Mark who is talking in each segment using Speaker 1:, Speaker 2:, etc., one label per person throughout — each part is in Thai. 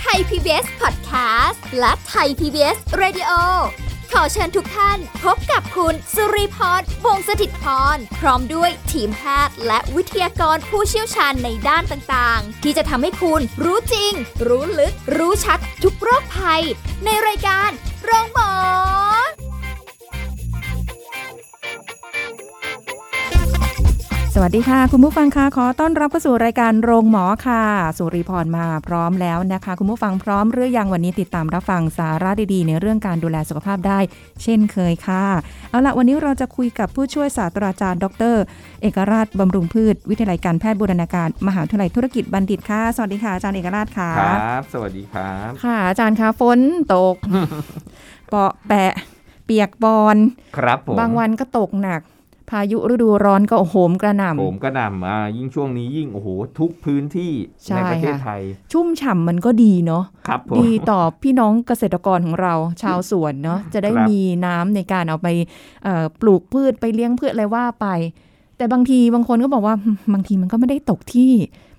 Speaker 1: ไทย PBS Podcast และไทย PBS Radio ขอเชิญทุกท่านพบกับคุณ สุริพรวงศสถิตพร พร้อมด้วยทีมแพทย์และวิทยากรผู้เชี่ยวชาญในด้านต่างๆ ที่จะทำให้คุณรู้จริง รู้ลึก รู้ชัดทุกโรคภัย ในรายการโรงพยาบาล
Speaker 2: สวัสดีค่ะ คุณผู้ฟังค่ะขอต้อนรับเข้าสู่รายการโรงหมอค่ะ สุริพรมาพร้อมแล้วนะคะ คุณผู้ฟังพร้อมหรือยังวันนี้ติดตามรับฟังสาระดีๆ ในเรื่องการดูแลสุขภาพได้ เช่นเคยค่ะ เอาละวันนี้เราจะคุยกับผู้ช่วยศาสตราจารย์ ดร เอกราชบำรุงพืช วิทยาลัยการแพทย์บูรณาการ มหาวิทยาลัยธุรกิจบัณฑิตค่ะ สวัสดีค่ะอาจารย์เอกราชค่ะ
Speaker 3: ครับ สวัสดีครับ
Speaker 2: ค่ะอาจารย์คะฝนต ก เปาะแปะ เปียกบอล
Speaker 3: ครับผม
Speaker 2: บางวันก็ตกหนัก พายุฤดูร้อนก็โหมกระหน่ำ
Speaker 3: ผมก็นำอ่ายิ่งช่วงนี้ยิ่งโอ้โหทุกพื้นที่
Speaker 2: ใช่
Speaker 3: ในประเทศ
Speaker 2: ค่ะ
Speaker 3: ไทย
Speaker 2: ชุ่มฉ่ำมันก็ดีเนาะ
Speaker 3: ครับผม
Speaker 2: ดีต่อพี่น้องเกษตรกรของเราชาวสวนเนาะจะได้
Speaker 3: ครับ
Speaker 2: มีน้ำในการเอาไปเอ่อปลูกพืชไปเลี้ยงพืชอะไรว่าไป แต่บางทีบางคนก็บอกว่าอืมบางทีมันก็ไม่ได้ตกที่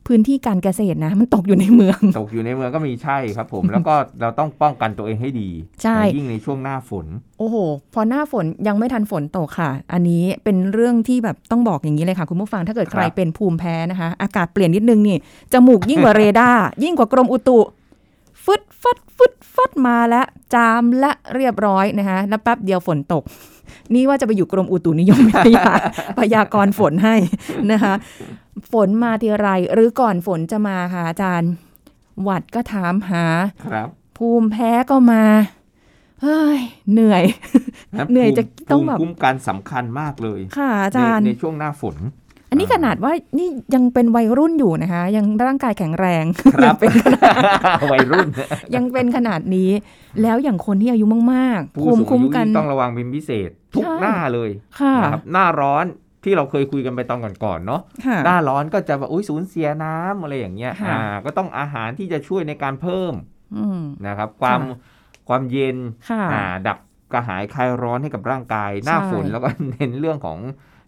Speaker 2: พื้นที่การเกษตรนะ มันตกอยู่ในเมือง
Speaker 3: ตกอยู่ในเมืองก็มีใช่ครับผม แล้วก็เราต้องป้องกันตัวเองให้ดี
Speaker 2: ใช่
Speaker 3: นะยิ่งในช่วงหน้าฝน
Speaker 2: โอ้โห พอหน้าฝนยังไม่ทันฝนตกค่ะ อันนี้เป็นเรื่องที่แบบต้องบอกอย่างนี้เลยค่ะ คุณผู้ฟังถ้าเกิดใคร
Speaker 3: ครับ
Speaker 2: เป็นภูมิแพ้นะคะ อากาศเปลี่ยนนิดนึงนี่จมูกยิ่งกว่าเรดาร์ ยิ่งกว่ากรมอุตุฟึดฟัดฟึดฟัดมาแล้วจามและเรียบร้อยนะคะแล้วแป๊บเดียวฝนตก นี่ว่าจะไปอยู่กรมอุตุนิยมวิทยา พยากรณ์ฝนให้นะคะ ฝนมาทีไรหรือก่อนฝนจะมาค่ะอาจารย์ หวัดก็ถามหา
Speaker 3: ครับ
Speaker 2: ภูมิแพ้ก็มา เฮ้ย เหนื่อย
Speaker 3: ะ
Speaker 2: เหนื่อยจะ
Speaker 3: ภูมิ
Speaker 2: ต้องแบบ
Speaker 3: ภูมิคุ้มกันสำคัญมากเลย
Speaker 2: ค่ะอา
Speaker 3: ใน
Speaker 2: จารย์
Speaker 3: ในช่วงหน้าฝน
Speaker 2: อันนี้ขนาดว่านี่ยังเป็นวัยรุ่นอยู่นะคะ ยังร่างกายแข็งแรง
Speaker 3: ค รั
Speaker 2: ยั
Speaker 3: บ
Speaker 2: เป็นขนาด
Speaker 3: วัยรุ่น
Speaker 2: ยังเป็นขนาดนี้ แล้วอย่างคนที่อายุมากๆ
Speaker 3: ผู้
Speaker 2: ภู
Speaker 3: สู
Speaker 2: มิ
Speaker 3: งอา
Speaker 2: คุ้ม
Speaker 3: ยุ
Speaker 2: กัน
Speaker 3: ยิ่งต้องระวังเป็นพิเศษ ทุก
Speaker 2: ใช่
Speaker 3: หน้าเลย
Speaker 2: ค่ะ
Speaker 3: นะครับหน้าร้อนที่เราเคยคุยกันไปตอนก่อนๆเนาะ
Speaker 2: ค่ะ
Speaker 3: หน้าร้อนก็จะแบบอุ้ยสูญเสียน้ำอะไรอย่างเงี้ย
Speaker 2: ค่ะ
Speaker 3: อ่าก็ต้องอาหารที่จะช่วยในการเพิ่ม
Speaker 2: อืม
Speaker 3: นะครับ ความ
Speaker 2: ค่ะ
Speaker 3: ความเย็น
Speaker 2: ค่ะ
Speaker 3: อ่าดับกระหายคลายร้อนให้กับร่างกาย หน้า
Speaker 2: ใช่
Speaker 3: ฝนแล้วก็ เน้นเรื่องของ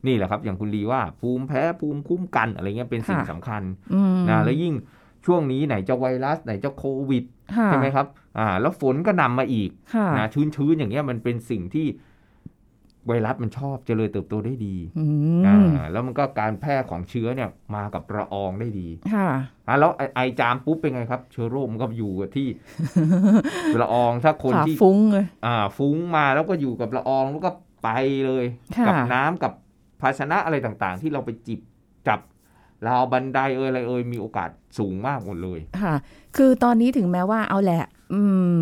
Speaker 3: นี่แหละครับ อย่างคุณลีว่าภูมิแพ้ภูมิคุ้มกันอะไรเงี้ยเป็นสิ่ง
Speaker 2: ค่ะ
Speaker 3: สำคัญ
Speaker 2: อืม
Speaker 3: นะแล้วยิ่งช่วงนี้ไหนจะไวรัสไหนจะโควิด
Speaker 2: ค่ะ
Speaker 3: ใช่ไหมครับอ่าแล้วฝนก็นำมาอีก
Speaker 2: ค่ะ
Speaker 3: นะชื้นๆอย่างเงี้ยมันเป็นสิ่งที่ไวรัสมันชอบเจริญเติบโตได้ดี
Speaker 2: อื
Speaker 3: อ่
Speaker 2: มา
Speaker 3: แล้วมันก็การแพร่ของเชื้อเนี่ยมากับละอองได้ดี
Speaker 2: ค่ะ
Speaker 3: อ่ะแล้วไอไอจามปุ๊บเป็นไงครับ เชื้อโรคมันก็อยู่กับ ที่ ละอองถ้าคน
Speaker 2: ค่ะ
Speaker 3: ที่
Speaker 2: ฟุ้งเลย
Speaker 3: อ่าฟุ้งมาแล้วก็อยู่กับละอองแล้วก็ไปเลย
Speaker 2: ค่ะ
Speaker 3: กัน้ำกับภาชนะอะไรต่างๆ ที่เราไปจิบจับราวบันไดเอ่ยอะไรเอ่ยมีโอกาสสูงมากหมดเลย
Speaker 2: ค่ะ คือตอนนี้ถึงแม้ว่าเอาแหละ อืม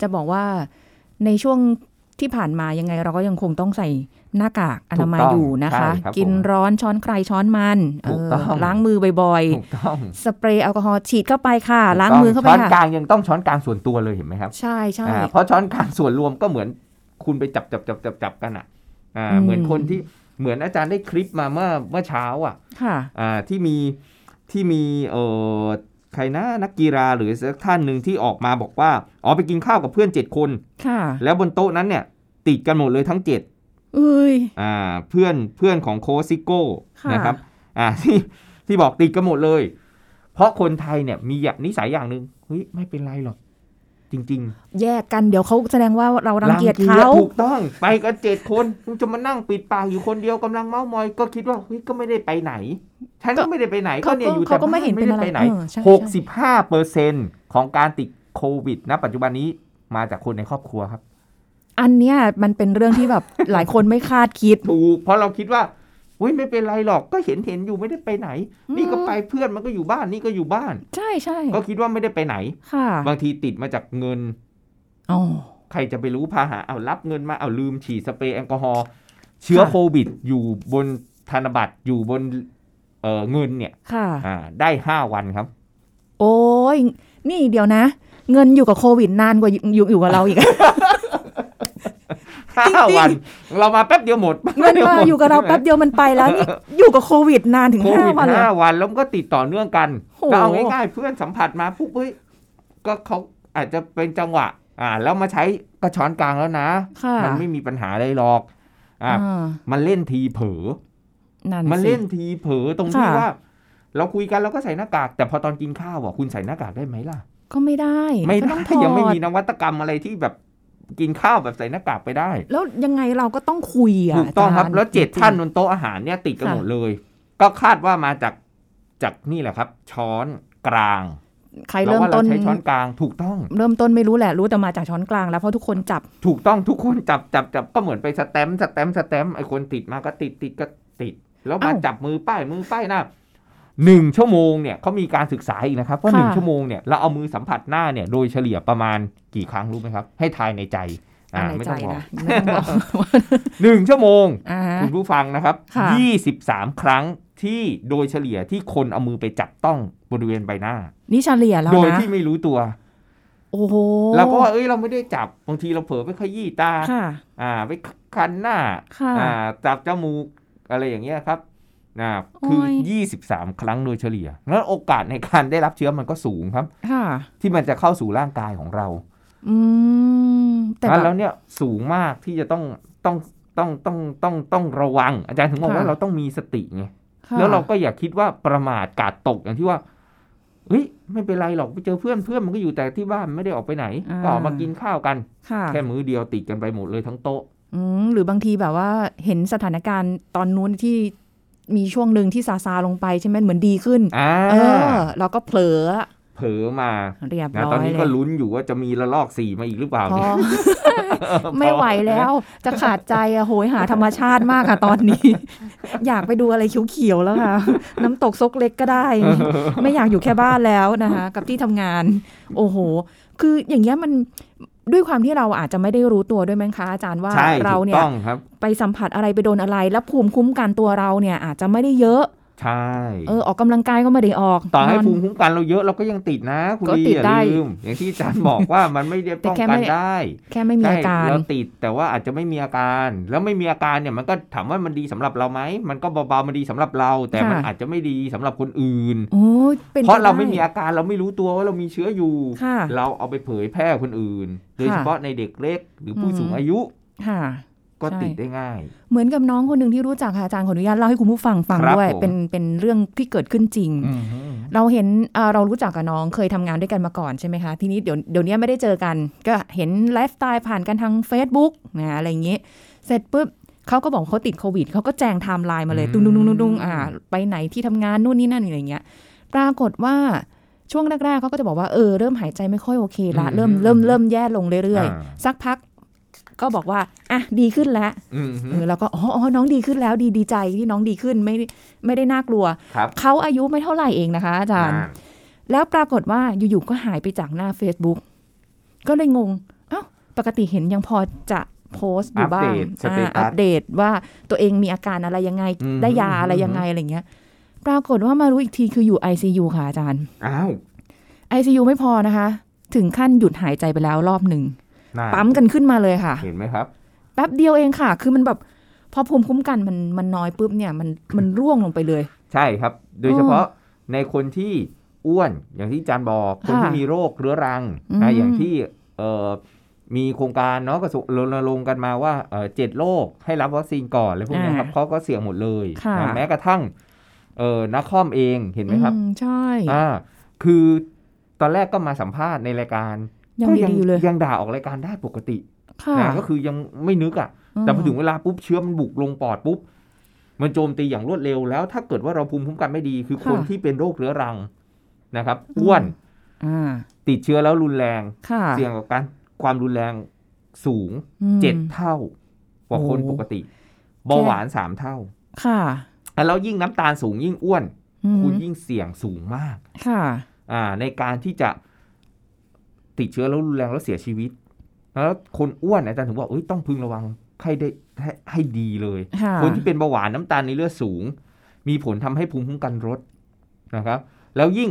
Speaker 2: จะบอกว่าในช่วงที่ผ่านมายังไงเราก็ยังคงต้องใส่หน้ากากอนามัย
Speaker 3: ถูกต้อง
Speaker 2: อยู่นะคะ
Speaker 3: ใช่ครับ
Speaker 2: กินร้อนช้อนใครช้อนมัน
Speaker 3: ถูกต้อง
Speaker 2: เล้างมือบ่อย
Speaker 3: ถูกต้อง
Speaker 2: ๆ สเปรย์แอลกอฮอล์ฉีดเข้าไปค่ะ
Speaker 3: ถูก
Speaker 2: ล้าง
Speaker 3: ต้
Speaker 2: มือเข้าไป
Speaker 3: ช้อนก
Speaker 2: ค่ะ
Speaker 3: ลางยังต้องช้อนกลางส่วนตัวเลยเห็นไหมครับ
Speaker 2: ใช่ใช่
Speaker 3: อ่าเพราะช้อนกลางส่วนรวมก็เหมือนคุณไปจับจับจับจับจับกันอ่ะอ่า
Speaker 2: อืม
Speaker 3: เหมือนคนที่เหมือนอาจารย์ได้คลิปมาเมื่อเมื่อเช้าอ่ะ
Speaker 2: ค่ะ
Speaker 3: อ่าที่มีที่มีเออใครนะนักกีฬาหรือสักท่านหนึ่งที่ออกมาบอกว่าอ๋อไปกินข้าวกับเพื่อนเจ็ดคน
Speaker 2: ค่ะ
Speaker 3: แล้วบนโต๊ะนั้นเนี่ยติดกันหมดเลยทั้งเจ็ด
Speaker 2: เอ้ย
Speaker 3: อ่าเพื่อนเพื่อนของโค้ชซิโก้
Speaker 2: ค่ะ
Speaker 3: นะครับอ่าที่ที่บอกติดกันหมดเลย เพราะคนไทยเนี่ยมีอย่างนิสัยอย่างหนึ่งเฮ้ยไม่เป็นไรหรอกจริง ๆ
Speaker 2: แยกกันเดี๋ยวเขาแสดงว่าเรารังเกียจเขา
Speaker 3: ถูกต้องไปกันเจ็ดคนมึงจะมานั่งปิดปากอยู่คนเดียวกำลังเมาส์มอย ก็คิดว่าเฮ้ยก็ไม่ได้ไปไหนฉันก็ไม่ได้ไปไหน
Speaker 2: เขา
Speaker 3: ก็เนี่ยอยู่
Speaker 2: เขา
Speaker 3: แต่
Speaker 2: ก็ไม่เห็นเป็นอะไร
Speaker 3: ด้ไปไหน
Speaker 2: เออใช่ใช่
Speaker 3: หกสิบห้าเปอร์เซ็นของการติดโควิด ณ ปัจจุบันนี้มาจากคนในครอบครัวครับ
Speaker 2: อันเนี้ยมันเป็นเรื่องที่แบบ หลายคนไม่คาดคิด
Speaker 3: ถูกเพราะเราคิดว่าเฮ้ยไม่เป็นไรหรอกก็เห็นเห็นอยู่ไม่ได้ไปไหน
Speaker 2: อืม
Speaker 3: นี่ก็ไปเพื่อนมันก็อยู่บ้านนี่ก็อยู่บ้าน
Speaker 2: ใช่ใช่
Speaker 3: ก็คิดว่าไม่ได้ไปไหน
Speaker 2: ค่ะ
Speaker 3: บางทีติดมาจากเงิน
Speaker 2: อ๋อ
Speaker 3: ใครจะไปรู้พาหาเอารับเงินมาเอาลืมฉีดสเปรย์แอลกอฮอล์เชื้อ
Speaker 2: ค่ะ
Speaker 3: โควิด อยู่บนธนบัตรอยู่บนเอ่อเงินเนี่ย
Speaker 2: ค่ะ
Speaker 3: อ่าได้ห้าวันครับ
Speaker 2: โอ้ย นี่เดี๋ยวนะ เงินอยู่กับโควิดนานกว่าอยู่อยู่อยู่กับเราอี ก
Speaker 3: ห้าวัน เรามาแป๊บเดียวหมด
Speaker 2: เงินมาอยู่กับเราแป๊บเดียวมันไปแล้ว นี่อยู่กับโควิดนานถึง
Speaker 3: โค
Speaker 2: ห้า
Speaker 3: วิด
Speaker 2: วันเล
Speaker 3: ห้าย วันแล้วมันก็ติดต่อเนื่องกัน
Speaker 2: โอ้โห
Speaker 3: ก็เอาง่ายๆเพื่อนสัมผัสมาปุ๊บเฮ้ยก็เขาอาจจะเป็นจังหวะ อ่า แล้วมาใช้กระชอนกลางแล้วนะ
Speaker 2: ค่ะ
Speaker 3: มันไม่มีปัญหาอะไรหรอก อ่ะ
Speaker 2: อ่า
Speaker 3: มันเล่นทีเผลอ
Speaker 2: นั่น
Speaker 3: มัน
Speaker 2: สิ
Speaker 3: เล่นทีเผลอตรงที่
Speaker 2: ค่ะ
Speaker 3: ว่า เราคุยกันเราก็ใส่หน้ากาก แต่พอตอนกินข้าวอ่ะคุณใส่หน้ากากได้ไหมล่ะ
Speaker 2: ก็ไม่ได้
Speaker 3: ไม่
Speaker 2: ก็
Speaker 3: ได้
Speaker 2: ต้องถอด
Speaker 3: ยังไม่มีนวัตกรรมอะไรที่แบบกินข้าวแบบใส่หน้ากากไปได้
Speaker 2: แล้วยังไงเราก็ต้องคุยอ่ะ
Speaker 3: ถูกต้องครับ
Speaker 2: าจาย์
Speaker 3: แล้วเจ็ด
Speaker 2: จริงๆ
Speaker 3: ท่านบนโต๊ะอาหารเนี่ยติดกัน
Speaker 2: ค่ะ
Speaker 3: หมดเลย ก็คาดว่ามาจากจากนี่แหละครับ ช้อนกลาง
Speaker 2: ใคร
Speaker 3: เรา
Speaker 2: เริ่ม
Speaker 3: ว่าเรา
Speaker 2: ต้น
Speaker 3: ใช้ช้อนกลางถูกต้อง
Speaker 2: เริ่มต้นไม่รู้แหละ รู้แต่มาจากช้อนกลางแล้วเพราะทุกคนจับ
Speaker 3: ถูกต้องทุกคนจับจับจับก็เหมือนไปสแตมป์สแตมป์สแตมป์ไอคนติดมาก็ติดติดก็ติด แล้วมา
Speaker 2: อ้าว
Speaker 3: จับมือป้ายมือป้ายหน้าหนึ่งชั่วโมงเนี่ยเขามีการศึกษาอีกนะครับว่าหนึ่ง
Speaker 2: ค่ะ
Speaker 3: ชั่วโมงเนี่ยเราเอามือสัมผัสหน้าเนี่ยโดยเฉลี่ยประมาณกี่ครั้งรู้ไหมครับ ให้ทายในใจ
Speaker 2: อัน
Speaker 3: อ่า
Speaker 2: ไหน
Speaker 3: ไม่
Speaker 2: ใจ
Speaker 3: ต้องบอก
Speaker 2: นะไม่ต้องบอก ว่า
Speaker 3: หนึ่งชั่วโมง
Speaker 2: อ่า
Speaker 3: คุณผู้ฟังนะครับ
Speaker 2: ค่ะ
Speaker 3: 23 ครั้งที่โดยเฉลี่ยที่คนเอามือไปจับต้องบริเวณใบหน้า
Speaker 2: นี่เฉลี่ยแล้ว
Speaker 3: โดย
Speaker 2: นะ
Speaker 3: ที่ไม่รู้ตัว
Speaker 2: โอ้โห
Speaker 3: แล้วก็ว่าเอ้ยเราไม่ได้จับ บางทีเราเผลอไปขยี้ตา
Speaker 2: ค่ะ
Speaker 3: อ่าไปคันหน้า
Speaker 2: ค่ะ
Speaker 3: อ่าจับจมูกอะไรอย่างเงี้ยครับนะคือ
Speaker 2: โอ้
Speaker 3: 23 ครั้งโดยเฉลี่ย แล้วโอกาสในการได้รับเชื้อมันก็สูงครับ
Speaker 2: ค่ะ
Speaker 3: ที่มันจะเข้าสู่ร่างกายของเรา
Speaker 2: อืมแต่
Speaker 3: แล้ว
Speaker 2: แบ
Speaker 3: แล้
Speaker 2: บ
Speaker 3: วเนี่ยสูงมากที่จะต้องต้องต้องต้องต้องต้องระวัง อาจารย์ถึงบอกว่า
Speaker 2: ค่ะ
Speaker 3: เราต้องมีสติไง
Speaker 2: ค่ะ
Speaker 3: แล้วเราก็อย่าคิดว่าประมาทกาดตกอย่างที่ว่า เฮ้ย ไม่เป็นไรหรอกไปเจอเพื่อนเพื่อนมันก็อยู่แต่ที่บ้านไม่ได้ออกไปไหน
Speaker 2: า
Speaker 3: ก็ออกมากินข้าวกัน
Speaker 2: ค่ะ
Speaker 3: แค่มื้อเดียวติดกันไปหมดเลยทั้งโต๊ะ
Speaker 2: อืมหรือบางทีแบบว่าเห็นสถานการณ์ตอนนู้นที่มีช่วงหนึ่งที่ซาซาลงไปใช่ไหมเหมือนดีขึ้น
Speaker 3: อ่า
Speaker 2: เออเราก็เผลอ
Speaker 3: เผลอมา
Speaker 2: เรียบ
Speaker 3: นะ
Speaker 2: ร้อย
Speaker 3: ตอนนี้
Speaker 2: เล
Speaker 3: ก็
Speaker 2: ย
Speaker 3: ลุ้นอยู่ว่าจะมีระลอกสี่มาอีกหรือเปล่า
Speaker 2: พอ
Speaker 3: เนี่ย
Speaker 2: ไม่ไหวแล้วจะขาดใจอะโหยหาธรรมชาติมากค่ะตอนนี้ อยากไปดูอะไรเขียวๆแล้วค่ะ น้ำตกซกเล็กก็ ได้ ไม่อยากอยู่แค่บ้านแล้วนะคะ กับที่ทำงาน โอ้โห คืออย่างเงี้ยมันด้วยความที่เราอาจจะไม่ได้รู้ตัวด้วยมั้งคะอาจารย์ว่า
Speaker 3: ใช่
Speaker 2: เรา
Speaker 3: ถูก
Speaker 2: เนี่ย
Speaker 3: ต้องครับ
Speaker 2: ไปสัมผัสอะไรไปโดนอะไร แล้วภูมิคุ้มกันตัวเราเนี่ยอาจจะไม่ได้เยอะ
Speaker 3: ใช่
Speaker 2: เออออกกำลังกายก็ไม่ได้ออก
Speaker 3: ต่อให้
Speaker 2: นน
Speaker 3: ภูมิคุ้มกันเราเยอะเราก็ยังติดนะคุณ
Speaker 2: ก็
Speaker 3: ลี
Speaker 2: ติด
Speaker 3: อย่า
Speaker 2: ได้
Speaker 3: ลืมอย่างที่อาจารย์บอกว่ามันไม่ได้ป้อ
Speaker 2: แต่
Speaker 3: ง
Speaker 2: แค่
Speaker 3: กั
Speaker 2: ไม่
Speaker 3: นได้
Speaker 2: แค่ไม่มี
Speaker 3: ใช่
Speaker 2: อาการ
Speaker 3: เราติดแต่ว่าอาจจะไม่มีอาการ แล้วไม่มีอาการเนี่ยมันก็ถามว่ามันดีสำหรับเราไหมมันก็เบาๆมันดีสำหรับเรา แต่มัน
Speaker 2: ค่ะ
Speaker 3: อาจจะไม่ดีสำหรับคนอื่น
Speaker 2: โอ้ยเป็น
Speaker 3: เพราะเราไม่
Speaker 2: ปด้
Speaker 3: มีอาการเราไม่รู้ตัวว่าเรามีเชื้ออยู่
Speaker 2: ค่ะ
Speaker 3: เราเอาไปเผยแพร่คนอื่น โดยเฉพาะในเด็กเล็กหรือผู้
Speaker 2: อืม
Speaker 3: สูงอายุ
Speaker 2: ค่ะ
Speaker 3: ก็
Speaker 2: ใช่
Speaker 3: ติดได้ง่าย
Speaker 2: เหมือนกับน้องคนหนึ่งที่รู้จักค่ะอาจารย์ขออนุญาตเล่าให้คุณผู้ฟังฟัง
Speaker 3: ครับ
Speaker 2: ด้วย
Speaker 3: ผม
Speaker 2: เป็นเป็นเรื่องที่เกิดขึ้นจริง เราเห็นเอ่อเรารู้จักกับน้องเคยทำงานด้วยกันมาก่อนใช่ไหมคะ ทีนี้เดี๋ยวเดี๋ยวนี้ไม่ได้เจอกัน ก็เห็นไลฟ์สไตล์ผ่านกันทาง Facebook นะอะไรอย่างนี้ เสร็จปุ๊บเขาก็บอกเขาติดโควิดเขาก็แจงไทม์ไลน์มาเลย
Speaker 3: อืม
Speaker 2: ดุ้งดุ้งดุ้งดุ้งดุ้งอ่าไปไหนที่ทำงานนู่นนี่นั่นอะไรอย่างเงี้ยปรากฏว่าช่วงแรกๆเขาก็จะบอกว่าเออเริ่มหายใจไม่ค่อยโอเคละเริ่มเริ่มเริ่มแย่ลงเรื่อยๆ สักพักก็บอกว่าอ่ะดีขึ้นแล้ว
Speaker 3: อืม
Speaker 2: เออแล้วก็อ๋ออ๋อน้องดีขึ้นแล้วดีดีใจที่น้องดีขึ้นไม่ได้ไม่ได้น่ากลัว
Speaker 3: ครับ
Speaker 2: เขาอายุไม่เท่าไหร่เองนะคะ อาจารย์
Speaker 3: อ่า
Speaker 2: แล้วปรากฏว่าอยู่ๆก็หายไปจากหน้า Facebook ก็เลยงง เอ้า ปกติเห็นยังพอจะโพสต์อยู่บ้างอ่าอัปเดตว่าตัวเองมีอาการอะไรยังไง ได้ยาอะไรยังไงอะไรเงี้ย ปรากฏว่ามารู้อีกทีคืออยู่ ICU ค่ะอาจารย์
Speaker 3: อ้าว
Speaker 2: ICU ไม่พอนะคะ ถึงขั้นหยุดหายใจไปแล้วรอบหนึ่ง
Speaker 3: น่า
Speaker 2: ปั๊มกันขึ้นมาเลยค่ะ
Speaker 3: เห็นไหมครับ
Speaker 2: แป๊บเดียวเองค่ะ คือมันแบบ พอภูมิคุ้มกันมันมันน้อยปุ๊บเนี่ยมันมันร่วงลงไปเลย
Speaker 3: ใช่ครับ โดย
Speaker 2: อืม
Speaker 3: เฉพาะในคนที่อ้วนอย่างที่อาจารย์บอก คนที่
Speaker 2: ค่ะ
Speaker 3: มีโรคเรื้อรัง
Speaker 2: อืม
Speaker 3: นะอย่างที่เอ่อมีโครงการเนาะกระทรวงรณรงค์กันมาว่าเอ่อเจ็ดโรคให้รับวัคซีนก่อนอะไรพวกเนี้ยครับ
Speaker 2: อ่า
Speaker 3: เขาก็เสี่ยงหมดเลย
Speaker 2: ค่ะ
Speaker 3: นะแม้กระทั่งเอ่อนักคอมเองเห็นไหมครับ
Speaker 2: อืมใช่
Speaker 3: อ่า คือตอนแรกก็มาสัมภาษณ์ในรายการ
Speaker 2: ยัง
Speaker 3: ก็
Speaker 2: ดีๆอยู่เลย
Speaker 3: ยังด่าออกรายการได้ปกติ
Speaker 2: ค่ะ
Speaker 3: นะก็คือยังไม่นึกอ่ะ แต่พอถึงเวลาปุ๊บเชื้อมันบุกลงปอดปุ๊บ มันโจมตีอย่างรวดเร็วแล้ว ถ้าเกิดว่าเราภูมิคุ้มกันไม่ดี คือคนที่เป็นโรคเรื้อรังนะครับอ้วน
Speaker 2: อ่า
Speaker 3: ติดเชื้อแล้วรุนแรง
Speaker 2: ค่ะ
Speaker 3: เสี่ยงกับการความรุนแรงสูง
Speaker 2: อืม
Speaker 3: เจ็ดเท่ากว่าคน
Speaker 2: โอ้
Speaker 3: ปกติเบาหวานสามเท่า
Speaker 2: ค่ะ
Speaker 3: แล้วยิ่งน้ำตาลสูงยิ่งอ้วน
Speaker 2: อืม
Speaker 3: คุณยิ่งเสี่ยงสูงมาก
Speaker 2: ค่ะ
Speaker 3: อ่า ในการที่จะติดเชื้อแล้วรุนแรงแล้วเสียชีวิต แล้วคนอ้วนอาจารย์ถึงบอกเอ้ยต้องพึงระวังให้ได้ให้ให้ดีเลย
Speaker 2: ค่ะ
Speaker 3: คนที่เป็นเบาหวานน้ำตาลในเลือดสูง มีผลทำให้ภูมิคุ้มกันลดนะครับ แล้วยิ่ง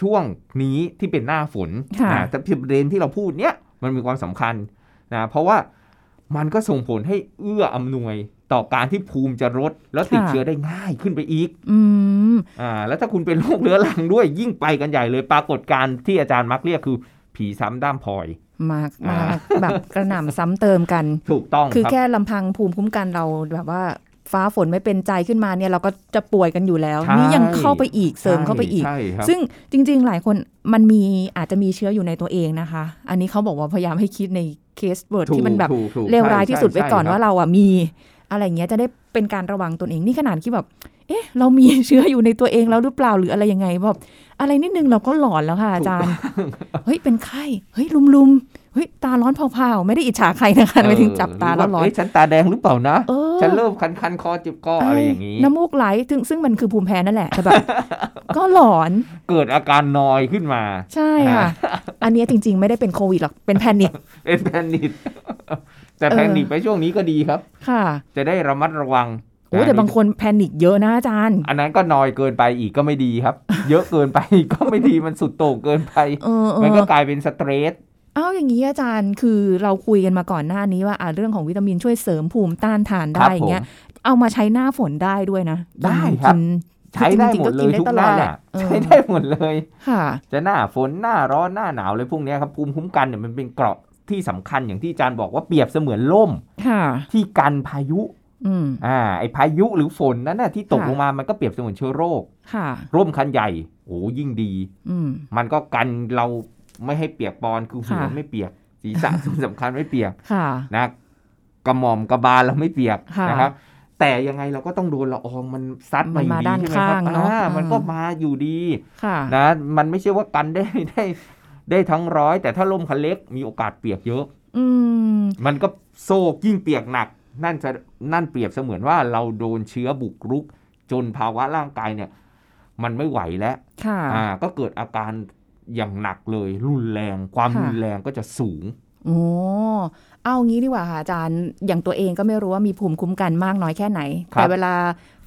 Speaker 3: ช่วงนี้ที่เป็นหน้าฝน
Speaker 2: ค่ะ
Speaker 3: นะแต่ประเด็นที่เราพูดเนี้ยมันมีความสำคัญนะเพราะว่ามันก็ส่งผลให้เอื้ออำนวยต่อการที่ภูมิจะลดแล้วติดเชื้อได้ง่ายขึ้นไปอีก
Speaker 2: อืม
Speaker 3: อ่าแล้วถ้าคุณเป็นโรคเรื้อรังด้วยยิ่งไปกันใหญ่เลยปรากฏการณ์ที่อาจารย์มักเรียกคือ ผีซ้ำด้ามพลอย
Speaker 2: มา
Speaker 3: อ่าม
Speaker 2: มาแบบกระหน่ำซ้ำเติมกัน
Speaker 3: ถูกต้อง
Speaker 2: คือ
Speaker 3: รับ
Speaker 2: แค่ลำพังภูมิคุ้มกันเราแบบว่าฟ้าฝนไม่เป็นใจขึ้นมาเนี่ยเราก็จะป่วยกันอยู่แล้ว
Speaker 3: ใช่
Speaker 2: นี่ยังเข้าไปอีกเสริมเข้าไปอีก
Speaker 3: ใช่ครับ
Speaker 2: ซึ่งจริง ๆ หลายคนมันมีอาจจะมีเชื้ออยู่ในตัวเองนะคะ อันนี้เขาบอกว่าพยายามให้คิดในเคสเบิร์ดที่มันแบบ
Speaker 3: ถูกถูก
Speaker 2: เลวร้ายที่สุดไว้ก่อน
Speaker 3: ใช่
Speaker 2: ว่า
Speaker 3: ใช่
Speaker 2: เราอ่ะมี อะไรอย่างเงี้ยจะได้เป็นการระวังตัวเองนี่ขนาดคิดแบบเอ๊ะ เรามี เชื้ออยู่ในตัวเองแล้วหรือเปล่าหรืออะไรยังไงแบบอะไรนิดนึงเราก็หลอนแล้วค่ะอาจารย์ เฮ้ยเป็นไข้เฮ้ยลุมๆเฮ้ยตาร้อนเผาๆไม่ได้อิจฉาใครนะคะ
Speaker 3: เออ
Speaker 2: ไม่ถึงจับตาแล้วร้อน
Speaker 3: เะฉันตาแดงหรือเปล่านะ
Speaker 2: เออ
Speaker 3: ฉันเริ่มคันคันๆคอเจ็บคออะไรอย่าง
Speaker 2: นี้
Speaker 3: นี้
Speaker 2: น้ำมูกไหลถึงซึ่งมันคือภูมิแพ้นั่นแหละแต่แบบ ก็หลอน
Speaker 3: เกิดอาการนอยขึ้นมา
Speaker 2: ใช่ค่ะ อันเนี้ยจริง ๆ ไม่ได้เป็นโควิดหรอก เป็นแพนิค
Speaker 3: เป็นแพนิค แต่
Speaker 2: เออ
Speaker 3: แพนิคไปช่วงนี้ก็ดีครับ
Speaker 2: ค่ะ
Speaker 3: จะได้ระมัดระวัง
Speaker 2: โอ้แต่บางคนแพนิคเยอะนะอาจารย์
Speaker 3: อันนั้นก็นอยเกินไปอีกก็ไม่ดี ครับ เยอะเกินไปก็ไม่ดีมันสุดโต่งเกินไป
Speaker 2: เออเอ
Speaker 3: มัน
Speaker 2: อ
Speaker 3: ก็กลายเป็นสเตรส
Speaker 2: เอาอย่างนี้อาจารย์คือเราคุยกันมาก่อนหน้านี้ว่าอ่ะเรื่องของวิตามินช่วยเสริมภูมิต้านทานได้
Speaker 3: ครับ
Speaker 2: อย่างเงี้ยเอามาใช้หน้าฝนได้ด้วยนะ
Speaker 3: ได้
Speaker 2: กิน
Speaker 3: ครั
Speaker 2: กิ
Speaker 3: บ
Speaker 2: น
Speaker 3: ใช้ได้
Speaker 2: จริงๆ
Speaker 3: หมด
Speaker 2: ก็
Speaker 3: เล
Speaker 2: กิน
Speaker 3: ย
Speaker 2: ได้
Speaker 3: ทุก
Speaker 2: ต
Speaker 3: ห
Speaker 2: ลอ
Speaker 3: น้า
Speaker 2: ดแหละเออ
Speaker 3: ใช้ได้หมดเลย
Speaker 2: ค่ะ
Speaker 3: จะหน้าฝนหน้าร้อนหน้าหนาวอะไรพวกเนี้ยครับภูมิคุ้มกันเนี่ยมันเป็นเกราะที่สำคัญอย่างที่อาจารย์บอกว่าเปรียบเสมือนล่ม
Speaker 2: ค่ะ
Speaker 3: ที่กันพายุ
Speaker 2: อืม
Speaker 3: อ่าไอพายุหรือฝนนั้นน่ะที่ตก
Speaker 2: ค่ะ
Speaker 3: ลงมามันก็เปรียบเสมือนเชื้อโรค
Speaker 2: ค่ะ
Speaker 3: ร่มคันใหญ่โอ้ยิ่งดี
Speaker 2: อืม
Speaker 3: มันก็กันเราไม่ให้เปียกปอนคือหัว
Speaker 2: ค่ะ
Speaker 3: ไม่เปียก ศีรษะ ส่วนสำคัญไม่เปียก
Speaker 2: ค่ะ
Speaker 3: นะกระหม่อมกระบาลเราไม่เปียก
Speaker 2: ค่ะ
Speaker 3: นะครับ แต่ยังไงเราก็ต้องโดนละอองมันซัดมาอยู่
Speaker 2: มันมา
Speaker 3: ดี
Speaker 2: ด้าน
Speaker 3: ใช่ไหมครับ
Speaker 2: ข้างเนอะ
Speaker 3: อ่า
Speaker 2: อืม
Speaker 3: มันก็มาอยู่ดี
Speaker 2: ค่ะ
Speaker 3: นะมันไม่ใช่ว่ากันได้ ได้ได้ทั้งร้อย แต่ถ้าลมคันเล็กมีโอกาสเปียกเยอะ
Speaker 2: อืม
Speaker 3: มันก็โซกยิ่งเปียกหนัก นั่นจะนั่นเปรียบเสมือนว่าเราโดนเชื้อบุกรุก จนภาวะร่างกายเนี่ย มันไม่ไหวแล้ว
Speaker 2: ค่ะ
Speaker 3: อ่าก็เกิดอาการอย่างหนักเลย รุนแรงความ
Speaker 2: ค่ะ
Speaker 3: รุนแรงก็จะสูง
Speaker 2: โอ้เอางี้ดีกว่าค่ะอาจารย์ อย่างตัวเองก็ไม่รู้ว่ามีภูมิคุ้มกันมากน้อยแค่ไหน
Speaker 3: ครับ
Speaker 2: แต่เวลา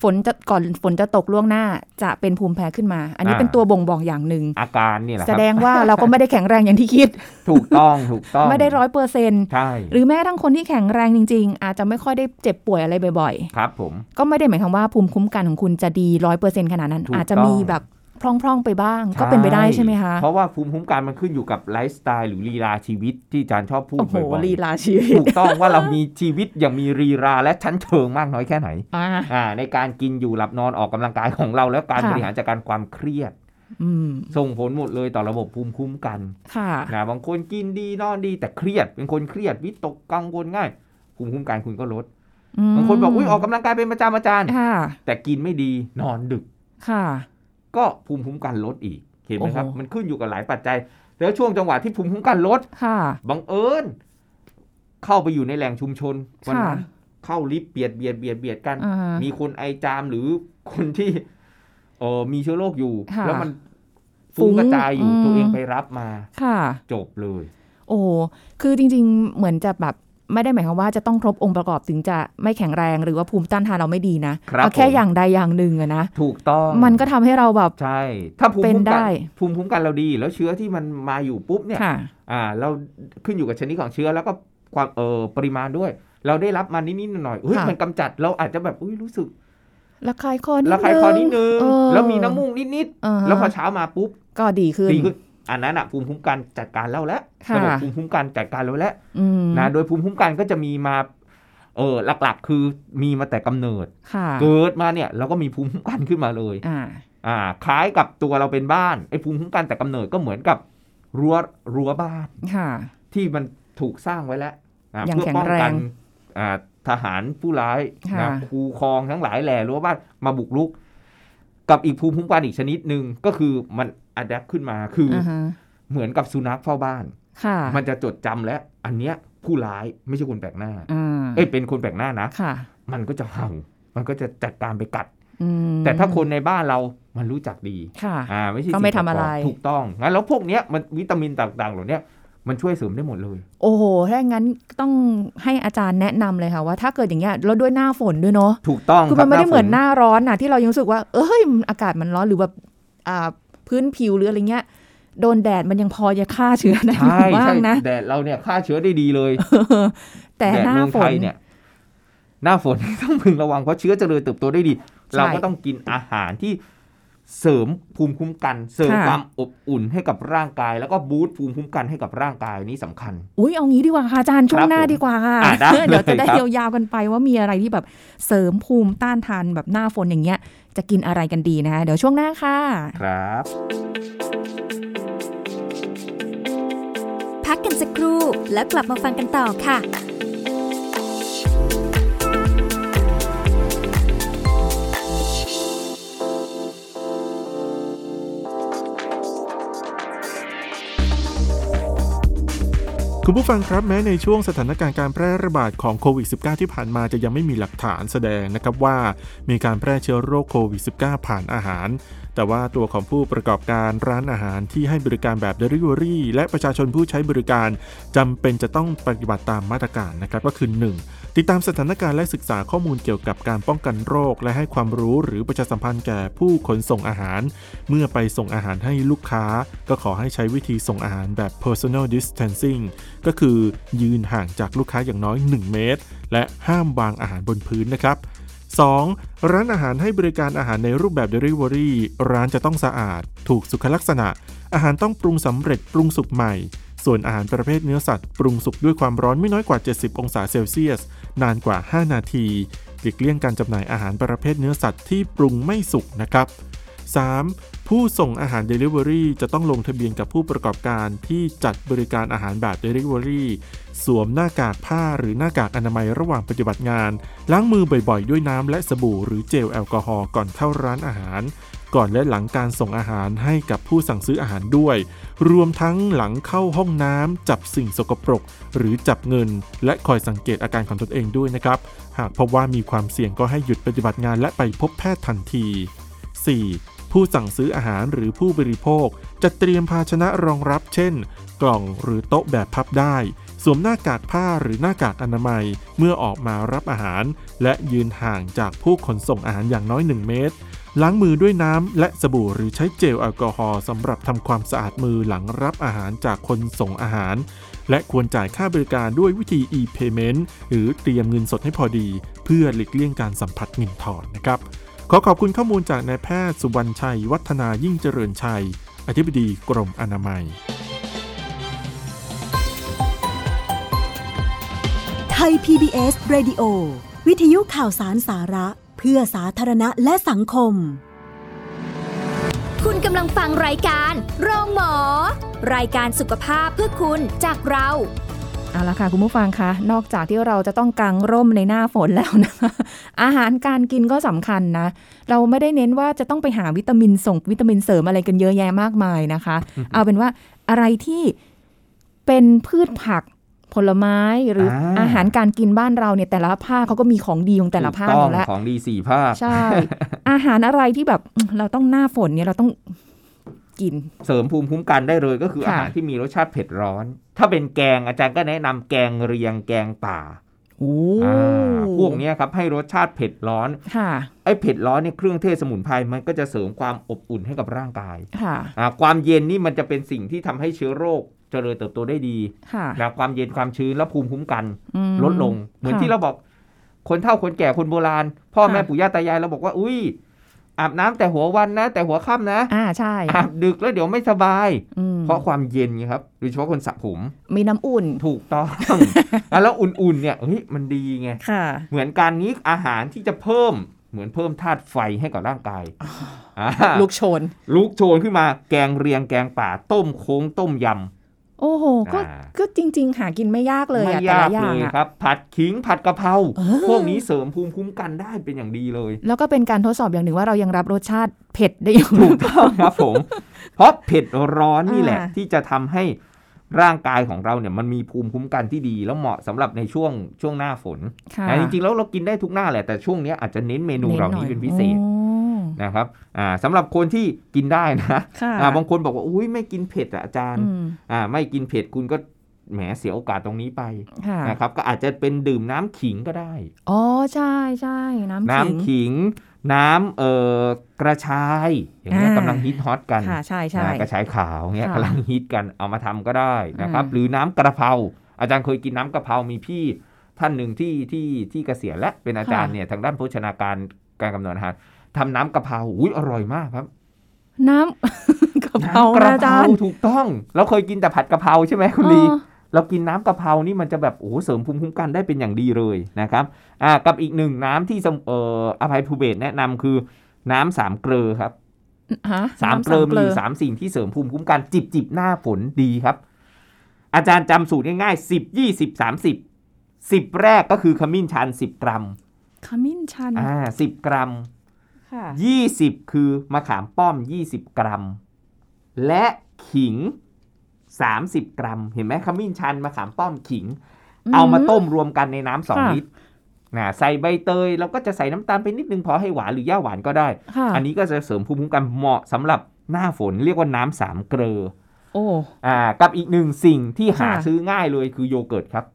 Speaker 2: ฝนจะก่อนฝนจะตกล่วงหน้าจะเป็นภูมิแพ้ขึ้นมา อันนี้เป็นตัวบ่งบอกอย่างหนึ่ง
Speaker 3: อาการเนี่ยแหละค
Speaker 2: แส
Speaker 3: รับ
Speaker 2: ดงว่าเราก็ไม่ได้แข็งแรงอย่างที่คิด
Speaker 3: ถูกต้องถูก ต้อง
Speaker 2: ไม่ได้ร้อยเปอร์เซ็นต์
Speaker 3: ใช่
Speaker 2: หรือแม้กระทั้งคนที่แข็งแรงจริง ๆ อาจจะไม่ค่อยได้เจ็บป่วยอะไรบ่อย
Speaker 3: ครับผม
Speaker 2: ๆ ก็ไม่ได้หมายความว่าภูมิคุ้มกันของคุณจะดีร้อยเปอร์เซ็นต์ขนาดนั้น
Speaker 3: ถูกต้อง
Speaker 2: อาจจะมีแบบพร่องๆไปบ้าง ก็เป็นไปได้ใช่ไหมคะ
Speaker 3: เพราะว่าภูมิคุ้มกันมันขึ้นอยู่กับไลฟ์สไตล์หรือลีลาชีวิตที่อาจารย์ชอบพูด
Speaker 2: โอ้โห
Speaker 3: บ่อย
Speaker 2: ลีลาชีวิ
Speaker 3: ๆ
Speaker 2: ต
Speaker 3: ถูกต้องว่าเรามีชีวิตอย่างมีรีราและชั้นเชิงมากน้อยแค่ไหน
Speaker 2: อ่า
Speaker 3: อ่าในการกินอยู่หลับนอนออกกำลังกายของเรา แล้วการ
Speaker 2: ค่ะ
Speaker 3: บริหารจัดการความเครียด
Speaker 2: อืม
Speaker 3: ส่งผลหมดเลยต่อระบบภูมิคุ้มกัน
Speaker 2: ค่ะ
Speaker 3: นะบางคนกินดีนอนดีแต่เครียด เป็นคนเครียดวิตกกังวลง่าย ภูมิคุ้มกันคุณก็ลด
Speaker 2: อืม
Speaker 3: บางคนบอกอุ้ยออกกำลังกายเป็นประจำอาจารย์
Speaker 2: ค่ะ
Speaker 3: แต่กินไม่ดีนอนดึก
Speaker 2: ค่ะ
Speaker 3: ก็ภูมิคุ้มกันลดอีกเห็นไหมครับ
Speaker 2: โอ้โห
Speaker 3: มันขึ้นอยู่กับหลายปัจจัย แล้วช่วงจังหวะที่ภูมิคุ้มกันลด
Speaker 2: ค่ะ
Speaker 3: บังเอิญเข้าไปอยู่ในแหล่งชุมชนวัน
Speaker 2: ค่ะ
Speaker 3: นั้นเข้าลิฟต์เบียดเบียดเบียดเบียดกัน
Speaker 2: อ่าฮะ
Speaker 3: มีคนไอจามหรือคนที่ เออมีเชื้อโรคอยู่
Speaker 2: ค่ะ
Speaker 3: แล้วมันฟุ้งกระจายอยู่
Speaker 2: ฟุ้งอืม
Speaker 3: ตัวเองไปรับมา
Speaker 2: ค่ะ
Speaker 3: จบเลย
Speaker 2: โอ้โหคือจริงๆ เหมือนจะแบบไม่ได้หมายความว่าจะต้องครบองค์ประกอบถึงจะไม่แข็งแรงหรือว่าภูมิต้านทานเราไม่ดีนะครับ เอาแค่
Speaker 3: ผม
Speaker 2: อย่างใดอย่างหนึ่งอะนะ
Speaker 3: ถูกต้อง
Speaker 2: มันก็ทำให้เราแบบ
Speaker 3: ใช่ ถ้าภูมิ
Speaker 2: เป็น
Speaker 3: คุ้ม
Speaker 2: ได้
Speaker 3: กันภูมิคุ้มกันเราดี แล้วเชื้อที่มันมาอยู่ปุ๊บเนี่ย
Speaker 2: ค่ะ
Speaker 3: อ่า เราขึ้นอยู่กับชนิดของเชื้อแล้วก็ความเออปริมาณด้วย เราได้รับมานิดๆหน่อยๆเฮ้ย
Speaker 2: ค่ะ
Speaker 3: มันกำจัดเราอาจจะแบบอุ้ยรู้สึก
Speaker 2: ระคายคอนิดนึง
Speaker 3: ระคายคอนิดนึง
Speaker 2: เออ
Speaker 3: แล้วมีน้ำมูกนิด
Speaker 2: าฮะ
Speaker 3: ๆ แล้วพอเช้ามาปุ๊บ
Speaker 2: ก็ดีขึ้น
Speaker 3: ดีขึ้นอันนั้นอ่ะภูมิคุ้มกันจัดการเราแล้ว
Speaker 2: ค่ะ
Speaker 3: ระบบภูมิคุ้มกันจัดการเราแล้ว
Speaker 2: อืม
Speaker 3: นะโดยภูมิคุ้มกันก็จะมีมาเออหลักๆ คือมีมาแต่กำเนิด
Speaker 2: ค่ะ
Speaker 3: เกิดมาเนี่ยเราก็มีภูมิคุ้มกันขึ้นมาเลย
Speaker 2: อ่า
Speaker 3: อ่าคล้ายกับตัวเราเป็นบ้านไอ้ภูมิคุ้มกันแต่กำเนิดก็เหมือนกับรั้วรั้วบ้าน
Speaker 2: ค่ะ
Speaker 3: ที่มันถูกสร้างไว้แล้วนะ
Speaker 2: อย่าง
Speaker 3: เพื่อ
Speaker 2: แข็ง
Speaker 3: ป้องกั
Speaker 2: แรง
Speaker 3: อ่าทหารผู้ร้ายนะ
Speaker 2: ค่ะ
Speaker 3: คูคลองทั้งหลายแหล่รั้วบ้านมาบุกรุก กับอีกภูมิคุ้มกันอีกชนิดหนึ่งก็คือมันอัดแอปขึ้นมาคืออ
Speaker 2: อ่าฮะ
Speaker 3: เหมือนกับสุนัขเฝ้าบ้าน
Speaker 2: ค่ะ
Speaker 3: มันจะจดจำและ อันเนี้ยผู้ร้ายไม่ใช่คนแปลกหน้า
Speaker 2: อ่า
Speaker 3: เอ้ยเป็นคนแปลกหน้านะ
Speaker 2: ค่ะ
Speaker 3: มันก็จะเห่ามันก็จะจัดการไปกัด
Speaker 2: อืม
Speaker 3: แต่ถ้าคนในบ้านเรามันรู้จักดี
Speaker 2: ค่ะ
Speaker 3: อ่าไม่ใช่
Speaker 2: ก็ไม่
Speaker 3: สิ่ง
Speaker 2: ทำอะไร
Speaker 3: ปลกปลมถูกต้องงั้นแล้วพวกเนี้ยมันวิตามินต่างๆ เหล่าเนี้ยมันช่วยเสริมได้หมดเลย
Speaker 2: โอ้โห ถ้าอย่างนั้นต้องให้อาจารย์แนะนำเลยค่ะว่าถ้าเกิดอย่างเงี้ยแล้วด้วยหน้าฝนด้วยเนาะ
Speaker 3: ถูกต้อง
Speaker 2: คือมันไม่ได้เหมือนหน้าร้อนนะที่เรายังรู้สึกว่า เอ้ยมันอากาศมันร้อนหรือแบบอ่าพื้นผิวหรืออะไรเงี้ย โดนแดดมันยังพอจะฆ่าเชื้อได้
Speaker 3: ใช่
Speaker 2: บ้า
Speaker 3: ใช่
Speaker 2: งนะ
Speaker 3: แดดเราเนี่ยฆ่าเชื้อได้ดีเลย
Speaker 2: แต่
Speaker 3: ดด
Speaker 2: หน้า
Speaker 3: เมือง
Speaker 2: ฝ
Speaker 3: ไท
Speaker 2: น
Speaker 3: ยเนี่ย หน้าฝน ต้องพึงระวังเพราะเชื้อเจริญเติบโตได้ดี
Speaker 2: ใช่
Speaker 3: เราก็ต้องกินอาหารที่ เสริมภูมิคุ้มกัน เสริม
Speaker 2: ค่ะ
Speaker 3: ความอบอุ่นให้กับร่างกาย แล้วก็บูสต์ภูมิคุ้มกันให้กับร่างกายนี่สำคัญ
Speaker 2: อุ้ยเอางี้ดีกว่าค่ะอาจารย์ช่วงหน้า
Speaker 3: ผม
Speaker 2: ดีกว่าค่ะ
Speaker 3: อ่ะได้
Speaker 2: เดี๋ยวจะได้
Speaker 3: เลยครับ
Speaker 2: ยาวๆกันไปว่ามีอะไรที่แบบเสริมภูมิต้านทานแบบหน้าฝนอย่างเงี้ย จะกินอะไรกันดีนะคะเดี๋ยวช่วงหน้าค่ะ
Speaker 3: ครับ
Speaker 1: พักกันสักครู่แล้วกลับมาฟังกันต่อค่ะ
Speaker 4: คุณผู้ฟังครับแม้ในช่วงสถานการณ์การแพร่ระบาดของโควิด -19 ที่ผ่านมาจะยังไม่มีหลักฐานแสดงนะครับว่ามีการแพร่เชื้อโรคโควิด -19 ผ่านอาหาร แต่ว่าตัวของผู้ประกอบการร้านอาหารที่ให้บริการแบบ Delivery และประชาชนผู้ใช้บริการจำเป็นจะต้องปฏิบัติตามมาตรการนะครับก็คือ 1. ติดตามสถานการณ์และศึกษาข้อมูลเกี่ยวกับการป้องกันโรค และให้ความรู้หรือประชาสัมพันธ์แก่ผู้ขนส่งอาหาร เมื่อไปส่งอาหารให้ลูกค้า ก็ขอให้ใช้วิธีส่งอาหารแบบ personal distancing ก็คือยืนห่างจากลูกค้าอย่างน้อย 1 เมตร และห้ามวางอาหารบนพื้นนะครับ 2. ร้านอาหารให้บริการอาหารในรูปแบบ Delivery ร้านจะต้องสะอาด ถูกสุขลักษณะ อาหารต้องปรุงสำเร็จปรุงสุกใหม่ ส่วนอาหารประเภทเนื้อสัตว์ ปรุงสุกด้วยความร้อนไม่น้อยกว่า 70 องศาเซลเซียส นานกว่า 5 นาทีหลีกเลี่ยงการจำหน่ายอาหารประเภทเนื้อสัตว์ที่ปรุงไม่สุกนะครับ 3. ผู้ส่งอาหาร Delivery จะต้องลงทะเบียนกับผู้ประกอบการที่จัดบริการอาหารแบบ Delivery สวมหน้ากากผ้าหรือหน้ากากอนามัยระหว่างปฏิบัติงาน ล้างมือบ่อยๆ ด้วยน้ำและสบู่หรือเจลแอลกอฮอล์ก่อนเข้าร้านอาหาร ก่อนและหลังการส่งอาหารให้กับผู้สั่งซื้ออาหารด้วย รวมทั้งหลังเข้าห้องน้ำจับสิ่งสกปรก หรือจับเงิน และคอยสังเกตอาการของตนเองด้วยนะครับ หากพบว่ามีความเสี่ยงก็ให้หยุดปฏิบัติงานและไปพบแพทย์ทันที 4. ผู้สั่งซื้ออาหารหรือผู้บริโภค จะเตรียมภาชนะรองรับเช่น กล่องหรือโต๊ะแบบพับได้ สวมหน้ากากผ้าหรือหน้ากากอนามัย เมื่อออกมารับอาหาร และยืนห่างจากผู้ขนส่งอาหารอย่างน้อย 1 เมตร ล้างมือด้วยน้ำและสบู่หรือใช้เจลแอลกอฮอล์สำหรับทำความสะอาดมือหลังรับอาหารจากคนส่งอาหาร และควรจ่ายค่าบริการด้วยวิธี e-payment หรือเตรียมเงินสดให้พอดี เพื่อหลีกเลี่ยงการสัมผัสเงินถอนนะครับ ขอขอบคุณข้อมูลจากนายแพทย์สุวรรณชัย วัฒนายิ่งเจริญชัย อธิบดีกรมอนามัย
Speaker 5: ไทย PBS Radio วิทยุข่าวสารสาระ เพื่อสาธารณะและสังคม
Speaker 1: คุณกำลังฟังรายการโรงหมอ รายการสุขภาพเพื่อคุณจากเรา
Speaker 2: เอาละค่ะคุณผู้ฟังคะนอกจากที่เราจะต้องกางร่มในหน้าฝนแล้วนะคะ อาหารการกินก็สำคัญนะ เราไม่ได้เน้นว่าจะต้องไปหาวิตามินส่งวิตามินเสริมอะไรกันเยอะแยะมากมายนะคะ เอาเป็นว่าอะไรที่เป็นพืชผักผลไม้หรืออา อาหารการกินบ้านเราเนี่ยแต่ละภาคเขาก็มีของดีของแต่ละภาค
Speaker 3: ถู
Speaker 2: อ
Speaker 3: กต้อง
Speaker 2: ยู่แล้ว
Speaker 3: ของดีสี่ภาค
Speaker 2: ใช่ อาหารอะไรที่แบบอืมเราต้องหน้าฝนเนี่ยเราต้องกิน
Speaker 3: เสริมภูมิคุ้มกันได้เลยก็คือ
Speaker 2: ค่ะ
Speaker 3: อาหารที่มีรสชาติเผ็ดร้อน ถ้าเป็นแกงอาจารย์ก็แนะนำแกงเรียงแกงป่า
Speaker 2: โอ้
Speaker 3: อ่าพวกเนี้ยครับให้รสชาติเผ็ดร้อน
Speaker 2: ค่ะ
Speaker 3: ไอ้เผ็ดร้อนเนี่ยเครื่องเทศสมุนไพรมันก็จะเสริมความอบอุ่นให้กับร่างกาย
Speaker 2: ค่ะ
Speaker 3: อ่าความเย็นนี่มันจะเป็นสิ่งที่ทำให้เชื้อโรคเจริญเติบโตได้ดี
Speaker 2: ค่ะ
Speaker 3: นะความเย็นความชื้นและภูมิคุ้มกัน
Speaker 2: อืม
Speaker 3: ลดลง เหมือน
Speaker 2: ค่ะ
Speaker 3: ที่เราบอก คนเฒ่าคนแก่คนโบราณ พ่อแม่
Speaker 2: ค่ะ
Speaker 3: ปู่ย่าตายายเราบอกว่า อุ้ยอาบน้ำแต่หัววันนะ แต่หัวค่ำนะ
Speaker 2: อ่าใช่
Speaker 3: อาบดึกแล้วเดี๋ยวไม่สบาย
Speaker 2: อืม
Speaker 3: เพราะความเย็นไงครับโดยเฉพาะคนสระผม
Speaker 2: มีน้ำอุ่น
Speaker 3: ถูกต้อง อ่ะแล้วอุ่นๆเนี่ยเฮ้ยมันดีไง
Speaker 2: ค่ะ
Speaker 3: เหมือนการนี้อาหารที่จะเพิ่ม เหมือนเพิ่มธาตุไฟให้กับร่างกายอ่า
Speaker 2: ลูกชน
Speaker 3: ลุกโชนขึ้นมา แกงเรียงแกงป่าต้มโค้งต้มย
Speaker 2: โอ้โห ก็
Speaker 3: อ่า
Speaker 2: ก็จริง ๆ หากินไม่ยาก
Speaker 3: ำ
Speaker 2: เลย
Speaker 3: ไม่
Speaker 2: อะแต่
Speaker 3: ยาก
Speaker 2: ละอย่า
Speaker 3: เล
Speaker 2: ง
Speaker 3: ย
Speaker 2: อะ
Speaker 3: ครับ ผัดขิงผัดกะเพรา
Speaker 2: เออ
Speaker 3: พวกนี้เสริมภูมิคุ้มกันได้เป็นอย่างดีเลย
Speaker 2: แล้วก็เป็นการทดสอบอย่างหนึ่งว่าเรายังรับรสชาติเผ็ดได้อยู่
Speaker 3: ถูกต้อง ครับผม เพราะเผ็ดร้อนนี่แหละ
Speaker 2: อ่า
Speaker 3: ที่จะทำให้ร่างกายของเราเนี่ยมันมีภูมิคุ้มกันที่ดี แล้วเหมาะสำหรับในช่วงช่วงหน้าฝน
Speaker 2: ค่ะ
Speaker 3: นะจริงๆแล้วเรากินได้ทุกหน้าแหละแต่ช่วงเนี้ยอาจจะเน้นเมนูเหล่านี้เป็นพิเศษ
Speaker 2: โอ้
Speaker 3: นะครับอ่าสำหรับคนที่กินได้นะ
Speaker 2: ค่ะ
Speaker 3: อ่าบางคนบอกว่าอุ้ยไม่กินเผ็ดอะอาจารย์
Speaker 2: อืม
Speaker 3: อ่าไม่กินเผ็ดคุณก็แหมเสียโอกาสตรงนี้ไป
Speaker 2: ค่ะ
Speaker 3: นะครับก็อาจจะเป็นดื่มน้ำขิงก็ได้
Speaker 2: อ๋อ ใช่ใช่น้ำ
Speaker 3: น้ำ
Speaker 2: ขิง
Speaker 3: ขิง น้ำเอ่อกระชายอย่างเงี้ย
Speaker 2: อ่า
Speaker 3: กำลังฮิตฮอตกัน
Speaker 2: ค่ะ ใช่ใช่
Speaker 3: นะกระชายขาวเงี้ย
Speaker 2: ค่ะ
Speaker 3: กำลังฮิตกันเอามาทำก็ได้นะครับ
Speaker 2: อืม
Speaker 3: หรือน้ำกระเพราอาจารย์เคยกินน้ำกระเพรามีพี่ท่านหนึ่งที่ที่ที่เกษียณและเป็นอาจารย์เนี่ยทางด้านโภชนาการการกำเนิดอาหารทำน้ำกระเพราอุ้ยอร่อยมากครับ
Speaker 2: น้ำ กะเพรา
Speaker 3: น้ำกระ
Speaker 2: อา
Speaker 3: เพ
Speaker 2: จาร
Speaker 3: รา
Speaker 2: ย์
Speaker 3: ถูกต้อง เราเคยกินแต่ผัดกะเพราใช่ไหมคุณลี
Speaker 2: เออ
Speaker 3: เรากินน้ำกะเพรานี่มันจะแบบโอ้โหเสริมภูมิคุ้มกันได้เป็นอย่างดีเลยนะครับอ่ากับอีกหนึ่งน้ำที่สมเอ่ออภัยภูเบศรแนะนำคือน้ำสามเกลือครับ
Speaker 2: ฮะ
Speaker 3: สาม
Speaker 2: น้ำ
Speaker 3: เกลือมีอยู่
Speaker 2: สา
Speaker 3: สามสิ่งที่เสริมภูมิคุ้มกันจิบจิบหน้าฝนดีครับ อาจารย์จำสูตรง่ายๆสิบยี่สิบสามสิบสิบแรกก็คือขมิ้นชันสิบกรัม
Speaker 2: ขมิ้นชัน
Speaker 3: อ่าสิบกรัม
Speaker 2: ค่ะ
Speaker 3: ยี่สิบคือมะขามป้อมยี่สิบกรัม และขิงสามสิบกรัม เห็นไหมขมิ้นชันมะขามป้อมขิง เอามาต้มรวมกันในน้ำสอง
Speaker 2: ค่ะ
Speaker 3: ลิตรนะใส่ใบเตยเราก็จะใส่น้ำตาลไปนิดนึงพอให้หวานหรือย่าหวานก็ได้
Speaker 2: ค่ะ
Speaker 3: อันนี้ก็จะเสริมภูมิคุ้มกันเหมาะสำหรับหน้าฝนเรียกว่าน้ำสามเกลอ
Speaker 2: โอ้
Speaker 3: อ่ากับอีกหนึ่งสิ่งที่หา
Speaker 2: ค่ะ
Speaker 3: ซื้อง่ายเลยคือโยเกิร์ตครับ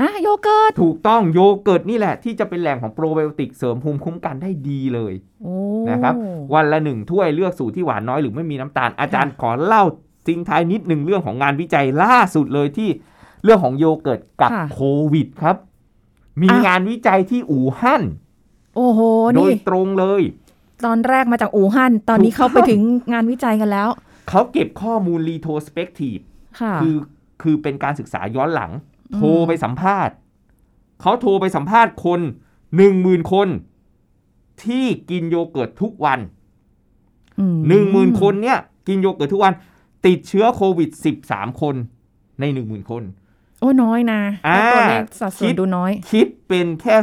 Speaker 2: ฮะโยเกิร์ต
Speaker 3: ถูกต้องโยเกิร์ตนี่แหละที่จะเป็นแหล่งของโปรไบโอติกเสริมภูมิคุ้มกันได้ดีเลย
Speaker 2: โอ้
Speaker 3: นะครับวันละหนึ่งถ้วยเลือกสูตรที่หวานน้อยหรือไม่มีน้ำตาลอาจารย์ขอเล่าทิ้งท้ายนิดหนึ่งเรื่องของงานวิจัยล่าสุดเลยที่เรื่องของโยเกิร์ตกับโควิดครับ มีงานวิจัยที่อู่ฮั่น
Speaker 2: โอ้โห
Speaker 3: โด
Speaker 2: นี่
Speaker 3: ยตรงเลย
Speaker 2: ตอนแรกมาจากอู่ฮั่นตอนนี้
Speaker 3: ถูกต้อง
Speaker 2: เขาไปถึงงานวิจัยกันแล้ว
Speaker 3: เขาเก็บข้อมูล retrospective
Speaker 2: ค่ะ
Speaker 3: คือคือเป็นการศึกษาย้อนหลัง
Speaker 2: อืม
Speaker 3: โทรไปสัมภาษณ์ เขาโทรไปสัมภาษณ์คนหนึ่งหมื่นคน ที่กินโยเกิร์ตทุกวัน
Speaker 2: ม
Speaker 3: หนึ่งหมื่นคนเนี่ยกินโยเกิร์ตทุกวันติดเชื้อโควิด 13 คนในหนึ่งหมื่นคน
Speaker 2: โอ้น้อยนะ
Speaker 3: อ่า
Speaker 2: ตัวเลขสัดส่ว
Speaker 3: คิ
Speaker 2: น
Speaker 3: ด
Speaker 2: ดูน้อย
Speaker 3: คิดเป็นแค่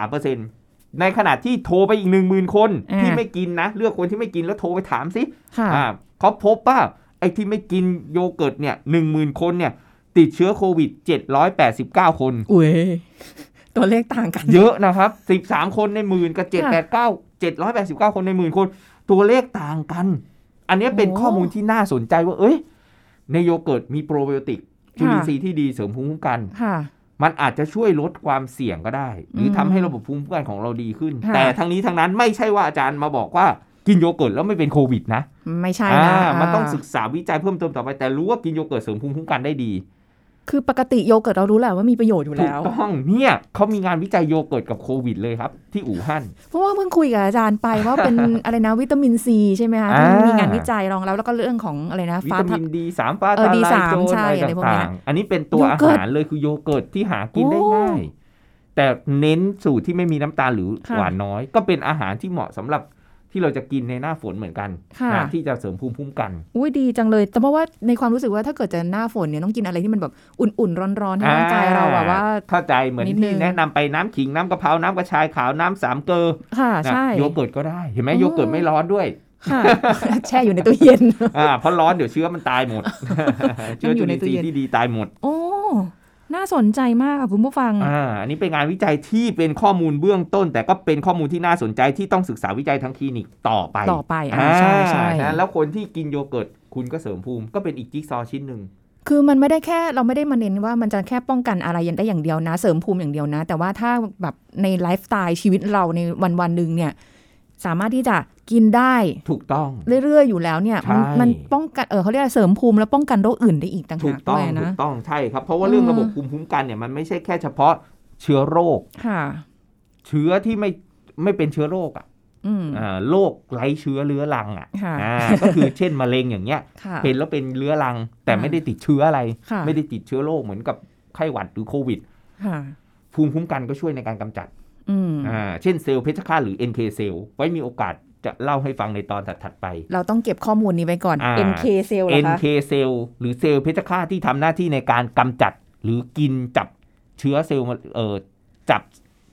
Speaker 3: 0.13%ในขณะที่โทรไปอีกหนึ่งหมื่นคน
Speaker 2: อ่า
Speaker 3: ที่ไม่กินนะ เลือกคนที่ไม่กินแล้วโทรไปถามสิ
Speaker 2: ค่ะ
Speaker 3: อ่าเขาพบว่าไอ้ที่ไม่กินโยเกิร์ตเนี่ยหนึ่งหมื่นคนเนี่ยติดเชื้อโควิด 789 คน
Speaker 2: อุ้ยตัวเลขต่างกัน
Speaker 3: เยอะนะครับ 13 คนในหมื่นกับ 789 789 คนในหมื่นคน ตัวเลขต่างกัน อันเนี้ยเป็น
Speaker 2: โอ้
Speaker 3: ข้อมูลที่น่าสนใจว่า เอ้ย ในโยเกิร์ตมีโปรไบโอติก
Speaker 2: ค่ะ
Speaker 3: จุลินทรีย์ที่ดีเสริมภูมิคุ้มกัน
Speaker 2: ค่ะ
Speaker 3: มันอาจจะช่วยลดความเสี่ยงก็ได้ หรืออ
Speaker 2: ม
Speaker 3: ทำให้ระบบภูมิคุ้มกันของเราดีขึ้น
Speaker 2: ค่ะ
Speaker 3: แต่ทั้งนี้ทั้งนั้นไม่ใช่ว่าอาจารย์มาบอกว่ากินโยเกิร์ตแล้วไม่เป็นโควิดนะ
Speaker 2: ไม่ใช่
Speaker 3: อ่า
Speaker 2: นะ
Speaker 3: มันต้องศึกษาวิจัยเพิ่มเติมต่อไป แต่รู้ว่ากินโยเกิร์ตเสริมภูมิคุ้มกันได้ดี
Speaker 2: คือปกติโยเกิร์ตเรารู้แหละว่ามีประโยชน์อยู่
Speaker 3: ถู
Speaker 2: แล้
Speaker 3: ก
Speaker 2: ว
Speaker 3: ต้อง เนี่ยเขามีงานวิจัยโยเกิร์ตกับโควิดเลยครับ ที่อู่ฮั่น
Speaker 2: เพราะว่าเพิ่งคุยกับอาจารย์ไปว่า เป็น อะไรนะวิตามินซีใช่ไหมคะ
Speaker 3: อ่า
Speaker 2: ที่มีงานวิจัยรองรับแล้วก็เรื่องของอะไรนะ
Speaker 3: วิ
Speaker 2: ฟ้า
Speaker 3: ตา
Speaker 2: ทั
Speaker 3: มิ
Speaker 2: บ
Speaker 3: นดีสามฟ้า
Speaker 2: เออ
Speaker 3: ตาลาย
Speaker 2: D3
Speaker 3: โจน
Speaker 2: ใช่
Speaker 3: อะไร
Speaker 2: อะไรพวกเนี้
Speaker 3: ต่าย งๆ อันนี้เป็นตัว
Speaker 2: โย
Speaker 3: อา
Speaker 2: เกิร์ต
Speaker 3: หารเลยคือโยเกิร์ตที่หากินได้
Speaker 2: โอ้
Speaker 3: ง่าย แต่เน้นสูตรที่ไม่มีน้ำตาลหรือ
Speaker 2: ค่ะ
Speaker 3: หวานน้อย ก็เป็นอาหารที่เหมาะสำหรับที่เราจะกินในหน้าฝนเหมือนกัน
Speaker 2: ค่ะ
Speaker 3: นะที่จะเสริมภูมิคุ้มกัน
Speaker 2: อุ้ยดีจังเลย แต่เพราะว่าในความรู้สึกว่าถ้าเกิดจะหน้าฝนเนี่ยต้องกินอะไรที่มันแบบอุ่นๆร้อนๆให้ร่างกายเราแบบว่า
Speaker 3: เข้าใจเหมือน
Speaker 2: นิดนึ
Speaker 3: ที่
Speaker 2: ง
Speaker 3: แนะนำไปน้ำขิงน้ำกะเพราน้ำกระชายขาวน้ำสามเกลอ
Speaker 2: ค่ะ
Speaker 3: นะ
Speaker 2: ใช่
Speaker 3: โยเกิร์ตก็ได้ เห็นไหม
Speaker 2: อ๋อ
Speaker 3: โยเกิร์ตไม่ร้อนด้วย
Speaker 2: ค่ะ แช่อยู่ในตู้เย็น
Speaker 3: อ่าเพราะร้อนเดี๋ยวเชื้อมันตายหมด เชื้ออยู่ จุ
Speaker 2: ใน
Speaker 3: ลิน
Speaker 2: ตู้
Speaker 3: ทรี
Speaker 2: เย็น
Speaker 3: ย์ที่ดีตายหมด
Speaker 2: โอ้น่าสนใจมากค่ะคุณผู้ฟัง
Speaker 3: อ่า อันนี้เป็นงานวิจัยที่เป็นข้อมูลเบื้องต้น แต่ก็เป็นข้อมูลที่น่าสนใจที่ต้องศึกษาวิจัยทางคลินิกต่อไป
Speaker 2: ต่อไปอ่าใช่ใช่
Speaker 3: อ่านะแล้วคนที่กินโยเกิร์ตคุณก็เสริมภูมิก็เป็นอีกจิ๊กซอว์ชิ้นหนึ่ง
Speaker 2: คือมันไม่ได้แค่เราไม่ได้มาเน้นว่ามันจะแค่ป้องกันอะไรยันได้อย่างเดียวนะ เสริมภูมิอย่างเดียวนะ แต่ว่าถ้าแบบในไลฟ์สไตล์ชีวิตเราในวันวันๆหนึ่งเนี่ย สามารถที่จะกินได้
Speaker 3: ถูกต้อง
Speaker 2: เรื่อยๆอยู่แล้วเนี่ย มัน
Speaker 3: ใช่
Speaker 2: มันป้องกันเออเขาเรียกอะไรเสริมภูมิแล้วป้องกันโรคอื่นได้อีกต่าง
Speaker 3: ถู
Speaker 2: หาก ก
Speaker 3: ต้
Speaker 2: ด้
Speaker 3: อ
Speaker 2: ว
Speaker 3: ง
Speaker 2: ย
Speaker 3: ถู
Speaker 2: นะ
Speaker 3: กต้องใช่ครับ เพราะว่าเรื่อง
Speaker 2: อืม
Speaker 3: ระบบภูมิคุ้มกันเนี่ยมันไม่ใช่แค่เฉพาะเชื้อโรค
Speaker 2: ค่ะ
Speaker 3: เชื้อที่ไม่ไม่เป็นเชื้อโรคอ่ะ
Speaker 2: อืม
Speaker 3: อ่าโรคไร้เชื้อเรื้อรังอ่ะ
Speaker 2: ค่ะ
Speaker 3: อ่าก็คือเช่นมะเร็งอย่างเงี้ย
Speaker 2: ค่ะ
Speaker 3: เป็นแล้วเป็นเรื้อรัง แต่ไม่ได้ติดเชื้ออะไร
Speaker 2: ค่ะ
Speaker 3: ไม่ได้ติดเชื้อโรคเหมือนกับไข้หวัดหรือโควิด
Speaker 2: ค่ะ
Speaker 3: ภูมิคุ้มกันก็ช่วยในการกำจัด
Speaker 2: อืม
Speaker 3: อ่า เช่นเซลล์เพชฌฆาตหรือ NK เซลล์ ไว้มีโอกาสจะเล่าให้ฟังในตอนถัดๆไป
Speaker 2: เราต้องเก็บข้อมูลนี้ไว้ก่อน
Speaker 3: อ่า
Speaker 2: NK cell เหรอคะ
Speaker 3: NK เซลล์หรือเซลล์เพชฌฆาตที่ทำหน้าที่ในการกำจัด หรือกินจับเชื้อเซลล์มะเอ่อจับ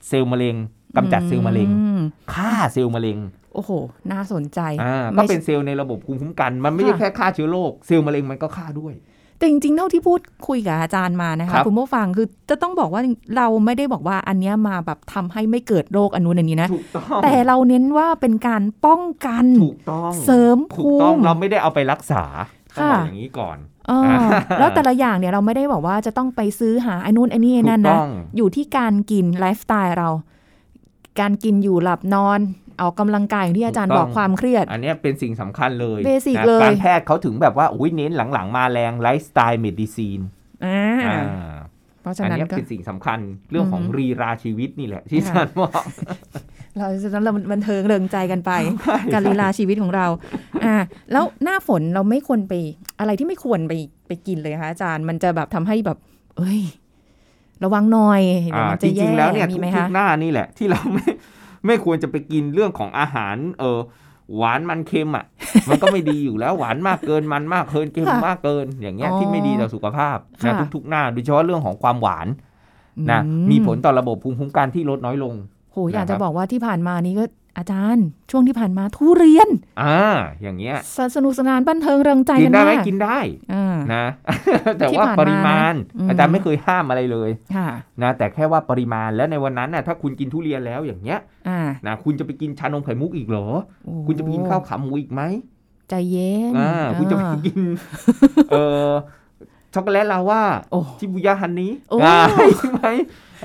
Speaker 3: เซลล์มะเร็งกำจัดเซลล์มะเร็ง
Speaker 2: อืม
Speaker 3: ฆ่าเซลล์มะเร็ง
Speaker 2: โอ้โห น่าสนใจ
Speaker 3: อ่าก็
Speaker 2: ไม่
Speaker 3: เป็
Speaker 2: ใช่
Speaker 3: นเซลล์ในระบบภูมิคุ้มกัน มันไม่ใช่
Speaker 2: ค่ะ
Speaker 3: แค่ฆ่าเชื้อโรคเซลล์มะเร็งมันก็ฆ่าด้วย
Speaker 2: แต่จริงๆ เท่าที่พูดคุยกับอาจารย์มานะ
Speaker 3: ครั
Speaker 2: คะ
Speaker 3: บ
Speaker 2: คุณผู้ฟังคือจะต้องบอกว่าเราไม่ได้บอกว่าอันเนี้ยมาแบบทำให้ไม่เกิดโรคอันนู้นอันนี้นะ
Speaker 3: ถูกต้อง
Speaker 2: แต่เราเน้นว่าเป็นการป้องกัน
Speaker 3: ถูกต้อง
Speaker 2: เสริม
Speaker 3: ถู
Speaker 2: ภู
Speaker 3: กต้อง
Speaker 2: มิ
Speaker 3: เราไม่ได้เอาไปรักษาต้องบอ
Speaker 2: ค่ะ
Speaker 3: กอย่างนี้ก่อน
Speaker 2: เออแล้วแต่ละอย่างเนี่ยเราไม่ได้บอกว่าจะต้องไปซื้อหาอันนู้นอันนี้
Speaker 3: ถู
Speaker 2: นั่น
Speaker 3: ก
Speaker 2: นะ
Speaker 3: ต้อง
Speaker 2: อยู่ที่การกินไลฟ์สไตล์เรา การกินอยู่หลับนอนออกกำลังกายอย่างที่อาจารย์บ
Speaker 3: ถูกต้
Speaker 2: อ
Speaker 3: อง
Speaker 2: กความเครียด
Speaker 3: อันเนี้ยเป็นสิ่งสำคัญเลย
Speaker 2: Basic
Speaker 3: นะ
Speaker 2: เลย
Speaker 3: การแพทย์เขาถึงแบบว่าอุ้ยเน้นหลังๆ มาแรงไลฟ์สไตล์เมดิซีน
Speaker 2: อ่า
Speaker 3: อ่า
Speaker 2: เพราะฉะ
Speaker 3: อัน
Speaker 2: นั้น
Speaker 3: เนี้ย
Speaker 2: ก็
Speaker 3: เป็นสิ่งสำคัญเรื่องของ
Speaker 2: อืม
Speaker 3: รีราชีวิตนี่แหละ ที่
Speaker 2: ค่ะ
Speaker 3: ท่านบอก
Speaker 2: เราจะนั้นเราบันเทิงเริงใจกันไป การลีลาชีวิตของเรา อ่าแล้วหน้าฝนเราไม่ควรไปอะไรที่ไม่ควรไปไปกินเลยคะอาจารย์มันจะแบบทำให้แบบ เอ้ย ระวังหน่อยเดี๋ยว
Speaker 3: อ่า
Speaker 2: มัน
Speaker 3: จ
Speaker 2: จะแย่
Speaker 3: ริงๆแล้วเนี่ย
Speaker 2: มี
Speaker 3: ทุ
Speaker 2: ไหม
Speaker 3: ก
Speaker 2: คะ
Speaker 3: ๆหน้านี่แหละ ที่เราไม่ไม่ควรจะไปกินเรื่องของอาหาร เออหวานมันเค็ม อ่ะ มันก็ไม่ดีอยู่แล้วหวานมากเกินมันมากเกินเค็มมากเกิน อย่างเงี้ยที่ไม่ดีต่อสุขภาพนะทุกๆหน้าโดยเฉพาะเรื่องของความหวานนะ
Speaker 2: อื
Speaker 3: มีผลต่อระบบภูมิคุ้มกันที่ลดน้อยลง
Speaker 2: โหอยาก
Speaker 3: นะครั
Speaker 2: จะ
Speaker 3: บ
Speaker 2: บอกว่าที่ผ่านมานี้ก็อาจารย์ ช่วงที่ผ่านมาทุเรียน
Speaker 3: อ่าอย่างเงี้ย
Speaker 2: สสนุกสนานบันเทิงเริงใจ
Speaker 3: กิ
Speaker 2: กันน
Speaker 3: ได้ไหม
Speaker 2: มาก
Speaker 3: กินได้
Speaker 2: อ่า
Speaker 3: นะ แต่ว่า
Speaker 2: ที่ผ่านมา
Speaker 3: ปริมาณ
Speaker 2: อืม
Speaker 3: อาจารย์ไม่เคยห้ามอะไรเลย
Speaker 2: ค่ะ
Speaker 3: นะแต่แค่ว่าปริมาณแล้วในวันนั้นน่ะถ้าคุณกินทุเรียนแล้วอย่างเงี้ย
Speaker 2: อ่า
Speaker 3: นะคุณจะไปกินชานมไข่มุกอีกเหรอ
Speaker 2: โอ้
Speaker 3: คุณจะไปกินข้าวขาหมูอีกไหม
Speaker 2: ใจเย็น
Speaker 3: อ่าคุณจะไป
Speaker 2: อ่า
Speaker 3: กิน เออช็อกโกแลตลาว่า
Speaker 2: โอ้
Speaker 3: ชิบุยาฮันนี้
Speaker 2: โอ้
Speaker 3: อ่าใช่ไหม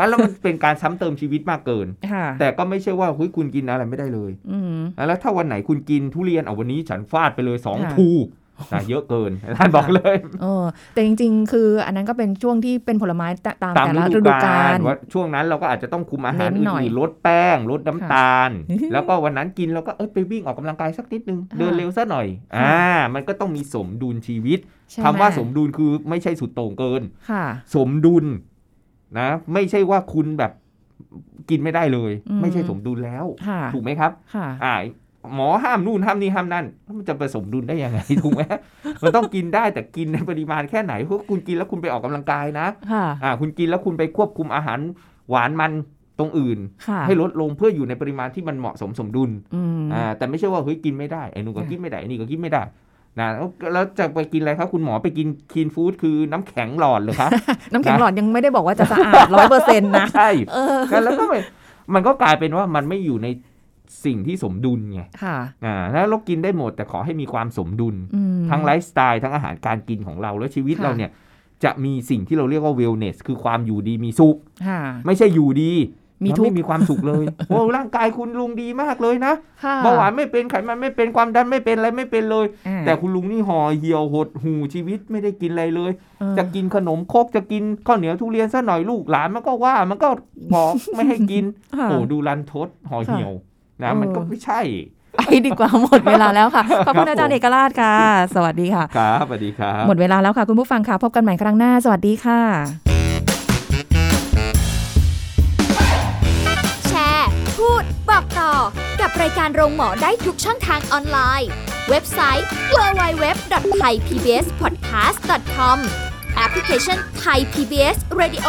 Speaker 3: แล้วมันเป็นการซ้ำเติมชีวิตมากเกิน
Speaker 2: ค่ะ
Speaker 3: แต่ก็ไม่ใช่ว่าเฮ้ยคุณกินอะไรไม่ได้เลย
Speaker 2: อืม
Speaker 3: แล้วถ้าวันไหนคุณกินทุเรียนเอาวันนี้ฉันฟาดไปเลยสอง
Speaker 2: ค่ะ
Speaker 3: ภูนะเยอะเกินท่านบอกเลย
Speaker 2: เออแต่จริงๆ คืออันนั้นก็เป็นช่วงที่เป็นผลไม้ตะตาม
Speaker 3: ตาม
Speaker 2: แต่ละฤ
Speaker 3: ฤดู
Speaker 2: ดู
Speaker 3: กาก
Speaker 2: า
Speaker 3: ล
Speaker 2: ล
Speaker 3: ว่าช่วงนั้นเราก็อาจจะต้องคุมอาหาร
Speaker 2: เน้นหน่อย
Speaker 3: อื่นๆลดแป้งลดน้ำตาล
Speaker 2: ค่ะ
Speaker 3: แล้วก็วันนั้นกินเราก็เอ้ยไปวิ่งออกกำลังกายสักนิดนึง
Speaker 2: อ่า
Speaker 3: เดินเร็วซะหน่อย อ่า มันก็ต้องมีสมดุลชีวิต
Speaker 2: ใช่
Speaker 3: คำว่า
Speaker 2: ไห
Speaker 3: สมดุลคือไม่ใช่สุดโต่งเกิน
Speaker 2: ค่ะ
Speaker 3: สมดุลนะ ไม่ใช่ว่าคุณแบบกินไม่ได้เลย
Speaker 2: อืม
Speaker 3: ไม่ใช่สมดุลแล้ว
Speaker 2: ค่ะ
Speaker 3: ถูกไหมครับ
Speaker 2: ค่ะ
Speaker 3: อ่า หมอห้ามนู่นห้ามนี่ห้ามนั่นแล้วมันจะไปสมดุลได้ยังไง ถูกไหมมันต้องกินได้แต่กินในปริมาณแค่ไหนเพราะคุณกินแล้วคุณไปออกกำลังกายนะ
Speaker 2: ค่ะ
Speaker 3: อ่า คุณกินแล้วคุณไปควบคุมอาหารหวานมันตรงอื่น
Speaker 2: ค่ะ
Speaker 3: ให้ลดลงเพื่ออยู่ในปริมาณที่มันเหมาะสมสมดุล
Speaker 2: อืม
Speaker 3: อ่าแต่ไม่ใช่ว่าเฮ้ยกินไม่ได้ไอ้นู่นก็
Speaker 2: ค่ะ
Speaker 3: กินไม่ได้ไอ้นี่ก็กินไม่ได้นะแล้วแล้วจะไปกินอะไรครับคุณหมอไปกินคีนฟู้ดคือน้ำแข็งหลอดเหรือ ครับ
Speaker 2: น้ำแข็ง
Speaker 3: นะ
Speaker 2: หลอดยังไม่ได้บอกว่าจะสะอาดร้อยเปอร์เซ็นต์นะ
Speaker 3: ใช่
Speaker 2: เออ
Speaker 3: แล้วแล้วก็มันมันก็กลายเป็นว่ามันไม่อยู่ในสิ่งที่สมดุลไง
Speaker 2: ค่ะ
Speaker 3: อ่าแล้วเรากินได้หมดแต่ขอให้มีความสมดุล
Speaker 2: อืม
Speaker 3: ทั้งไลฟ์สไตล์ทั้งอาหารการกินของเราแล้วชีวิต
Speaker 2: ค่ะ
Speaker 3: เราเนี่ยจะมีสิ่งที่เราเรียกว่า wellness คือความอยู่ดีมีสุข
Speaker 2: ค่ะ
Speaker 3: ไม่ใช่อยู่ดี
Speaker 2: มี
Speaker 3: แล้ว
Speaker 2: ทุก
Speaker 3: ไม่
Speaker 2: ข์
Speaker 3: มีความสุขเลย โอ้ร่างกายคุณลุงดีมากเลยนะ
Speaker 2: ค่ะ
Speaker 3: เบาหวานไม่เป็นไขมันไม่เป็นความดันไม่เป็นอะไรไม่เป็นเลย
Speaker 2: อ่า
Speaker 3: แต่คุณลุงนี่ห่อเหี่ยวหดหูชีวิตไม่ได้กินอะไรเลย
Speaker 2: เออ
Speaker 3: จะกินขนมครกจะกินข้าวเหนียวทุเรียนซะหน่อยลูกหลานมันก็ว่ามันก็บอก ไม่ให้กิน
Speaker 2: ค่ะ
Speaker 3: โอ้ดูรันทดห่อเหี่ยวนะ
Speaker 2: เออ
Speaker 3: มันก็ไม่ใช่
Speaker 2: ไปดีกว่าหมดเวลาแล้ว ค่ะ ขอบคุณ
Speaker 3: ครับ
Speaker 2: อาจารย์เอกราชค่ะ สวัสดีค่ะ
Speaker 3: ครับสวัสดีครับ
Speaker 2: หมดเวลาแล้วค่ะ คุณผู้ฟังค่ะ พบกันใหม่ครั้งหน้า สวัสดีค่ะ
Speaker 1: แชร์ พูด บอกต่อ กับรายการโรงหมอได้ทุกช่องทางออนไลน์ เว็บไซต์ www.thaipbspodcast.com แอปพลิเคชัน Thai PBS Radio